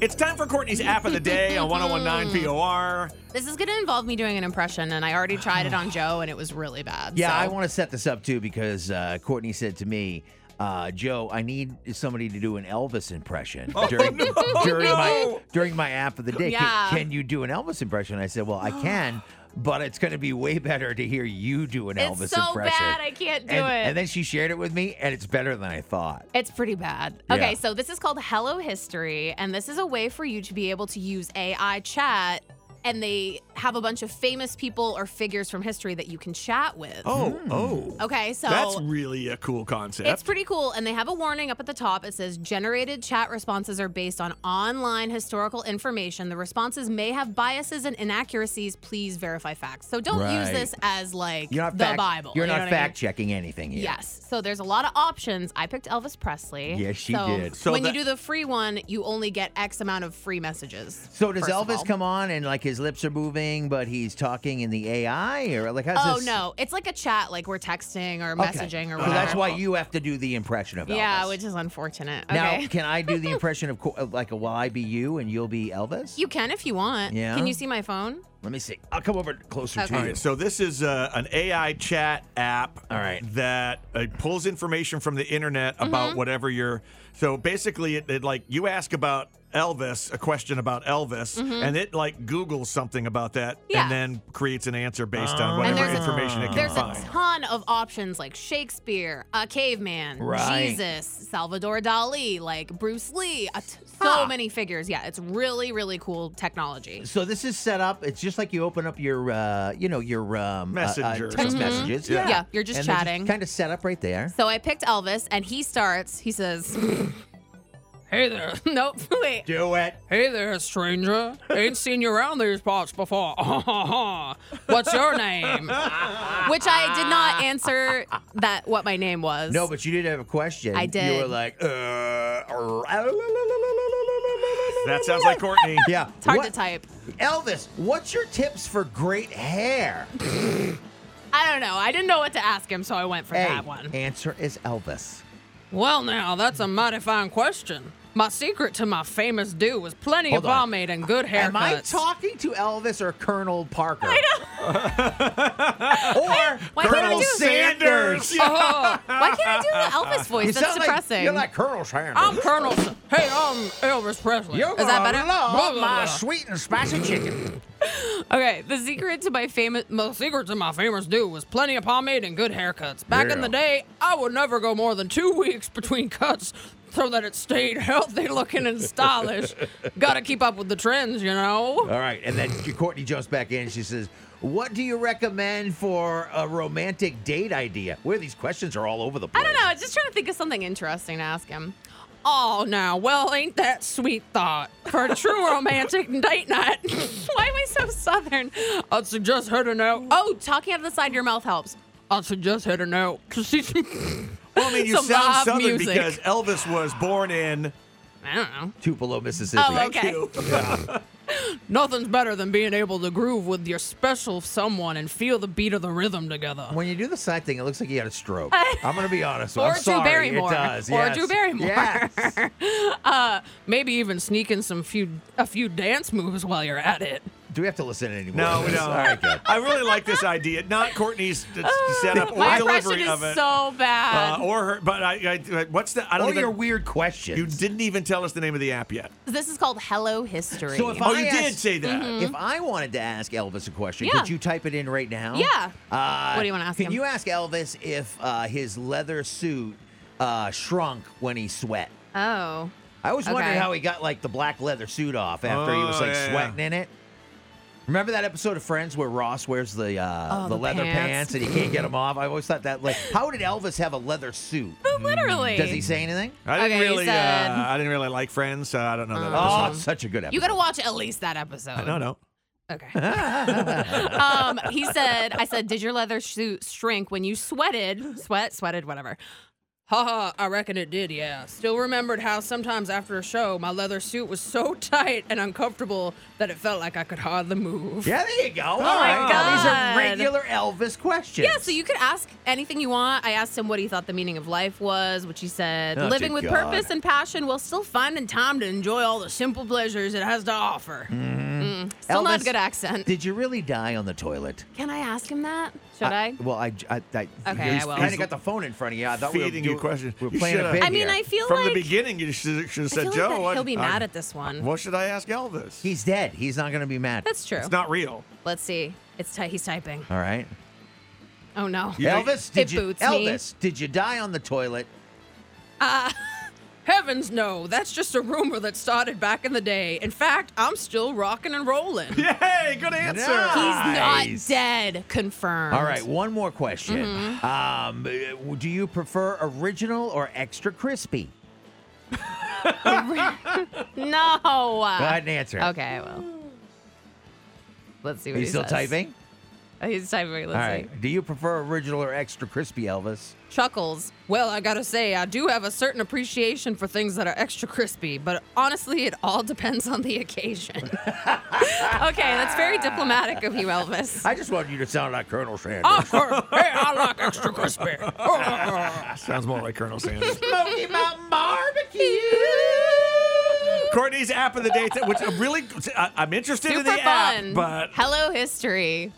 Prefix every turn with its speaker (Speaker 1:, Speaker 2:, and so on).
Speaker 1: It's time for Courtney's app of the day on 1019 POR.
Speaker 2: This is going to involve me doing an impression, and I already tried it on Joe, and it was really bad.
Speaker 3: Yeah,
Speaker 2: so-
Speaker 3: I want to set this up too because uh, Courtney said to me, uh, "Joe, I need somebody to do an Elvis impression
Speaker 2: Oh,
Speaker 3: during
Speaker 1: no,
Speaker 3: during my
Speaker 1: no.
Speaker 3: during my app of the day. Can-
Speaker 2: Yeah.
Speaker 3: Can, you do an Elvis impression?" I said, "Well, I can." But it's going to be way better to hear you do an
Speaker 2: It's
Speaker 3: Elvis
Speaker 2: so
Speaker 3: impression.
Speaker 2: bad, I can't do
Speaker 3: and,
Speaker 2: it.
Speaker 3: And then she shared it with me, and it's better than I thought.
Speaker 2: It's pretty bad.
Speaker 3: Yeah.
Speaker 2: Okay, so this is called Hello History, and this is a way for you to be able to use AI chat. And they have a bunch of famous people or figures from history that you can chat with.
Speaker 1: Oh, oh.
Speaker 2: Okay, so
Speaker 1: That's really a cool concept.
Speaker 2: it's pretty cool. And they have a warning up at the top. It says generated chat responses are based on online historical information. The responses may have biases and inaccuracies. Please verify facts. So don't use
Speaker 3: Right.
Speaker 2: this as like
Speaker 3: You're not
Speaker 2: the
Speaker 3: fact,
Speaker 2: Bible.
Speaker 3: You're
Speaker 2: you know
Speaker 3: not
Speaker 2: what I mean?
Speaker 3: fact checking anything here.
Speaker 2: Yes. So there's a lot of options. I picked Elvis Presley.
Speaker 3: Yes, she
Speaker 2: so
Speaker 3: did.
Speaker 1: So
Speaker 2: when
Speaker 1: that-
Speaker 2: you do the free one, you only get X amount of free messages.
Speaker 3: So does
Speaker 2: first of all.
Speaker 3: Elvis come on and like his lips are moving, but he's talking in the AI, or like how's
Speaker 2: Oh
Speaker 3: this?
Speaker 2: no, it's like a chat, like we're texting or
Speaker 3: Okay.
Speaker 2: messaging or
Speaker 3: So
Speaker 2: whatever.
Speaker 3: that's why you have to do the impression of Elvis.
Speaker 2: Yeah, which is unfortunate.
Speaker 3: Now,
Speaker 2: Okay.
Speaker 3: can I do the impression of co- of, like will I be you and you'll be Elvis?
Speaker 2: you can if you want.
Speaker 3: Yeah.
Speaker 2: Can you see my phone?
Speaker 3: Let me see. I'll come over closer
Speaker 2: Okay.
Speaker 3: to
Speaker 1: All
Speaker 3: you.
Speaker 1: right, so this is uh, an AI chat app.
Speaker 3: All right.
Speaker 1: that uh, pulls information from the internet
Speaker 2: Mm-hmm.
Speaker 1: about whatever you're. So basically, it, it like you ask about Elvis, a question about Elvis, and it like Googles something about that,
Speaker 2: Mm-hmm. Yeah.
Speaker 1: and then creates an answer based
Speaker 3: Oh.
Speaker 1: on
Speaker 2: And
Speaker 1: whatever
Speaker 2: there's a-
Speaker 1: information it can
Speaker 2: There's a
Speaker 1: find.
Speaker 2: ton of options like Shakespeare, a caveman,
Speaker 3: Right.
Speaker 2: Jesus, Salvador Dali, like Bruce Lee, a t- so many figures. Yeah, it's really, really cool technology.
Speaker 3: So this is set up. It's just like you open up your, uh, you know, your um, uh, uh,
Speaker 1: Messenger or
Speaker 3: text
Speaker 1: something.
Speaker 3: messages.
Speaker 1: Mhm. Yeah.
Speaker 2: Mm-hmm. Yeah, you're just chatting.
Speaker 3: Kind of set up right there.
Speaker 2: So I picked Elvis, and he starts. He says,
Speaker 4: Hey there.
Speaker 2: "Nope, wait,
Speaker 3: Do it.
Speaker 4: Hey there, stranger. Ain't seen you around these parts before. What's your name?
Speaker 2: which I did not answer that what my name was.
Speaker 3: No, but you did have a question.
Speaker 2: I
Speaker 3: You were
Speaker 2: did.
Speaker 3: like, uh,
Speaker 1: That sounds like Courtney.
Speaker 3: yeah.
Speaker 2: it's hard
Speaker 3: What-
Speaker 2: to type.
Speaker 3: Elvis, what's your tips for great hair?
Speaker 2: I don't know. I didn't know what to ask him, so I went for
Speaker 3: hey,
Speaker 2: that one.
Speaker 3: answer is Elvis.
Speaker 4: Well, now, that's a mighty fine question. My secret to my famous do was plenty
Speaker 3: Hold
Speaker 4: of
Speaker 3: on.
Speaker 4: pomade and good haircuts.
Speaker 3: Am I talking to Elvis or Colonel Parker? or
Speaker 2: Why can't I
Speaker 3: Colonel
Speaker 2: do-
Speaker 3: Sanders.
Speaker 1: Yeah.
Speaker 4: Oh,
Speaker 2: Why can't I do the Elvis voice?
Speaker 3: You
Speaker 2: That's
Speaker 3: sound like-
Speaker 2: depressing. Um,
Speaker 3: you're like Colonel Sanders.
Speaker 4: I'm Colonel. S- Hey, I'm Elvis Presley.
Speaker 3: You're
Speaker 2: that
Speaker 3: gonna
Speaker 2: better?
Speaker 3: love
Speaker 4: Blah, blah,
Speaker 3: my
Speaker 4: blah.
Speaker 3: sweet and spicy chicken.
Speaker 4: Okay, the secret to my famous, the secret to my famous do was plenty of pomade and good haircuts. Back in
Speaker 3: Yeah.
Speaker 4: the day, I would never go more than two weeks between cuts, so that it stayed healthy looking and stylish. Got to keep up with the trends, you know.
Speaker 3: All right, and then Courtney jumps back in. and She says, "What do you recommend for a romantic date idea?" Where these questions are all over the place.
Speaker 2: I don't know. I was just trying to think of something interesting to ask him.
Speaker 4: Oh, now, well, ain't that sweet thought for a true romantic date night?
Speaker 2: Why am I so southern?
Speaker 4: I'd suggest heading out.
Speaker 2: Oh, talking out of the side of your mouth helps.
Speaker 4: I'd suggest heading out to see some.
Speaker 1: Well, I mean, you
Speaker 4: Some
Speaker 1: sound
Speaker 4: Bob
Speaker 1: southern
Speaker 4: music.
Speaker 1: because Elvis was born in.
Speaker 4: I don't know.
Speaker 3: Tupelo, Mississippi.
Speaker 2: Oh, okay.
Speaker 4: Nothing's better than being able to groove with your special someone and feel the beat of the rhythm together.
Speaker 3: When you do the side thing, it looks like you had a stroke. I'm gonna be honest.
Speaker 2: Or
Speaker 3: I'm
Speaker 2: Drew
Speaker 3: sorry.
Speaker 2: Barrymore.
Speaker 3: It does.
Speaker 2: Or
Speaker 3: yes.
Speaker 2: Drew Barrymore.
Speaker 3: Yes.
Speaker 4: Maybe even sneak in some few a few dance moves while you're at it.
Speaker 3: Do we have to listen anymore?
Speaker 1: No, we don't.
Speaker 3: All right, good.
Speaker 1: I really like this idea. Not Courtney's d- setup or
Speaker 2: Oh, My impression
Speaker 1: delivery
Speaker 2: is
Speaker 1: of it.
Speaker 2: so bad.
Speaker 1: Uh, or her, but I, I, what's the? I don't
Speaker 3: All
Speaker 1: even.
Speaker 3: your weird questions.
Speaker 1: you didn't even tell us the name of the app yet.
Speaker 2: this is called Hello History.
Speaker 3: So if
Speaker 1: Oh,
Speaker 3: I
Speaker 1: you did
Speaker 3: asked-
Speaker 1: say that.
Speaker 3: If I wanted to ask Elvis a question,
Speaker 2: Mm-hmm. Yeah.
Speaker 3: could you type it in right now?
Speaker 2: Yeah.
Speaker 3: Uh,
Speaker 2: What do you wanna ask
Speaker 3: Can
Speaker 2: him?
Speaker 3: you ask Elvis if uh, his leather suit uh, shrunk when he sweat?
Speaker 2: oh.
Speaker 3: I always wondered
Speaker 2: Okay.
Speaker 3: how he got like the black leather suit off after he was
Speaker 1: Oh,
Speaker 3: like
Speaker 1: yeah, yeah.
Speaker 3: sweating in it. Remember that episode of Friends where Ross wears the uh,
Speaker 2: Oh,
Speaker 3: the,
Speaker 2: the
Speaker 3: leather pants.
Speaker 2: pants.
Speaker 3: and he can't get them off? I always thought that like, how did Elvis have a leather suit?
Speaker 2: Literally.
Speaker 3: Does he say anything?
Speaker 1: I didn't
Speaker 2: Okay, you
Speaker 1: really.
Speaker 2: said-
Speaker 1: Uh, I didn't really like Friends, so I don't know that.
Speaker 3: Oh,
Speaker 1: episode.
Speaker 3: it's such a good episode.
Speaker 2: You got to watch at least that episode.
Speaker 1: no, no.
Speaker 2: Okay. um, he said, I said, did your leather suit shrink when you sweated? Sweat, sweated, whatever.
Speaker 4: Haha, I reckon it did, yeah. Still remembered how sometimes after a show, my leather suit was so tight and uncomfortable that it felt like I could hardly move.
Speaker 3: Yeah, there you go.
Speaker 2: Oh
Speaker 3: All
Speaker 2: my
Speaker 3: right, now these are
Speaker 2: God.
Speaker 3: regular Elvis questions.
Speaker 2: Yeah, so you could ask anything you want. I asked him what he thought the meaning of life was, which he said,
Speaker 3: Oh,
Speaker 2: living
Speaker 3: dear
Speaker 2: with
Speaker 3: God.
Speaker 2: purpose and passion while still finding time to enjoy all the simple pleasures it has to offer. Mm. Still not a
Speaker 3: Elvis,
Speaker 2: good accent.
Speaker 3: Did you really die on the toilet?
Speaker 2: Can I ask him that? Should I?
Speaker 3: Well, I, I, I
Speaker 2: Okay,
Speaker 3: he's-
Speaker 2: I will.
Speaker 3: kinda got the phone in front of you. I thought we were
Speaker 1: Feeding you
Speaker 3: doing-
Speaker 1: questions.
Speaker 3: We were
Speaker 1: You
Speaker 3: playing a
Speaker 1: shoulda-
Speaker 3: bit
Speaker 2: I mean,
Speaker 3: here.
Speaker 2: I feel
Speaker 1: From
Speaker 2: like
Speaker 1: the beginning, you should, should have
Speaker 2: I
Speaker 1: said,
Speaker 2: feel like
Speaker 1: Joe,
Speaker 2: that
Speaker 1: what,
Speaker 2: he'll be
Speaker 1: I-
Speaker 2: mad at this one.
Speaker 1: What should I ask Elvis?
Speaker 3: he's dead. He's not going to be mad.
Speaker 2: That's true.
Speaker 1: it's not real.
Speaker 2: Let's see. It's ty- he's typing.
Speaker 3: all right.
Speaker 2: Oh no.
Speaker 1: You know,
Speaker 3: Elvis, did
Speaker 2: it
Speaker 3: you?
Speaker 2: boots me.
Speaker 3: Elvis, did you die on the toilet?
Speaker 4: Heavens no, that's just a rumor that started back in the day. In fact, I'm still rocking and rolling.
Speaker 1: Yay, good answer.
Speaker 3: Nah. Nice.
Speaker 2: He's not dead. Confirmed.
Speaker 3: All right, one more question.
Speaker 2: Mm-hmm.
Speaker 3: Um, uh, do you prefer original or extra crispy?
Speaker 2: No.
Speaker 3: Go ahead and answer.
Speaker 2: Uh, Okay. Well. Let's see what
Speaker 3: Are you
Speaker 2: he
Speaker 3: still
Speaker 2: says.
Speaker 3: typing?
Speaker 2: Oh, He's typing. Let's
Speaker 3: All
Speaker 2: see.
Speaker 3: right. Do you prefer original or extra crispy, Elvis?
Speaker 2: Chuckles.
Speaker 4: Well, I gotta say, I do have a certain appreciation for things that are extra crispy, but honestly, it all depends on the occasion.
Speaker 2: Okay, that's very diplomatic of you, Elvis.
Speaker 3: I just want you to sound like Colonel Sanders.
Speaker 4: Oh, hey, I like extra crispy.
Speaker 1: Sounds more like Colonel Sanders.
Speaker 3: Smoky Mountain Barbecue.
Speaker 1: Courtney's app of the day, which I'm really, I- I'm interested in
Speaker 2: Super
Speaker 1: the
Speaker 2: fun.
Speaker 1: app, but
Speaker 2: Hello, history.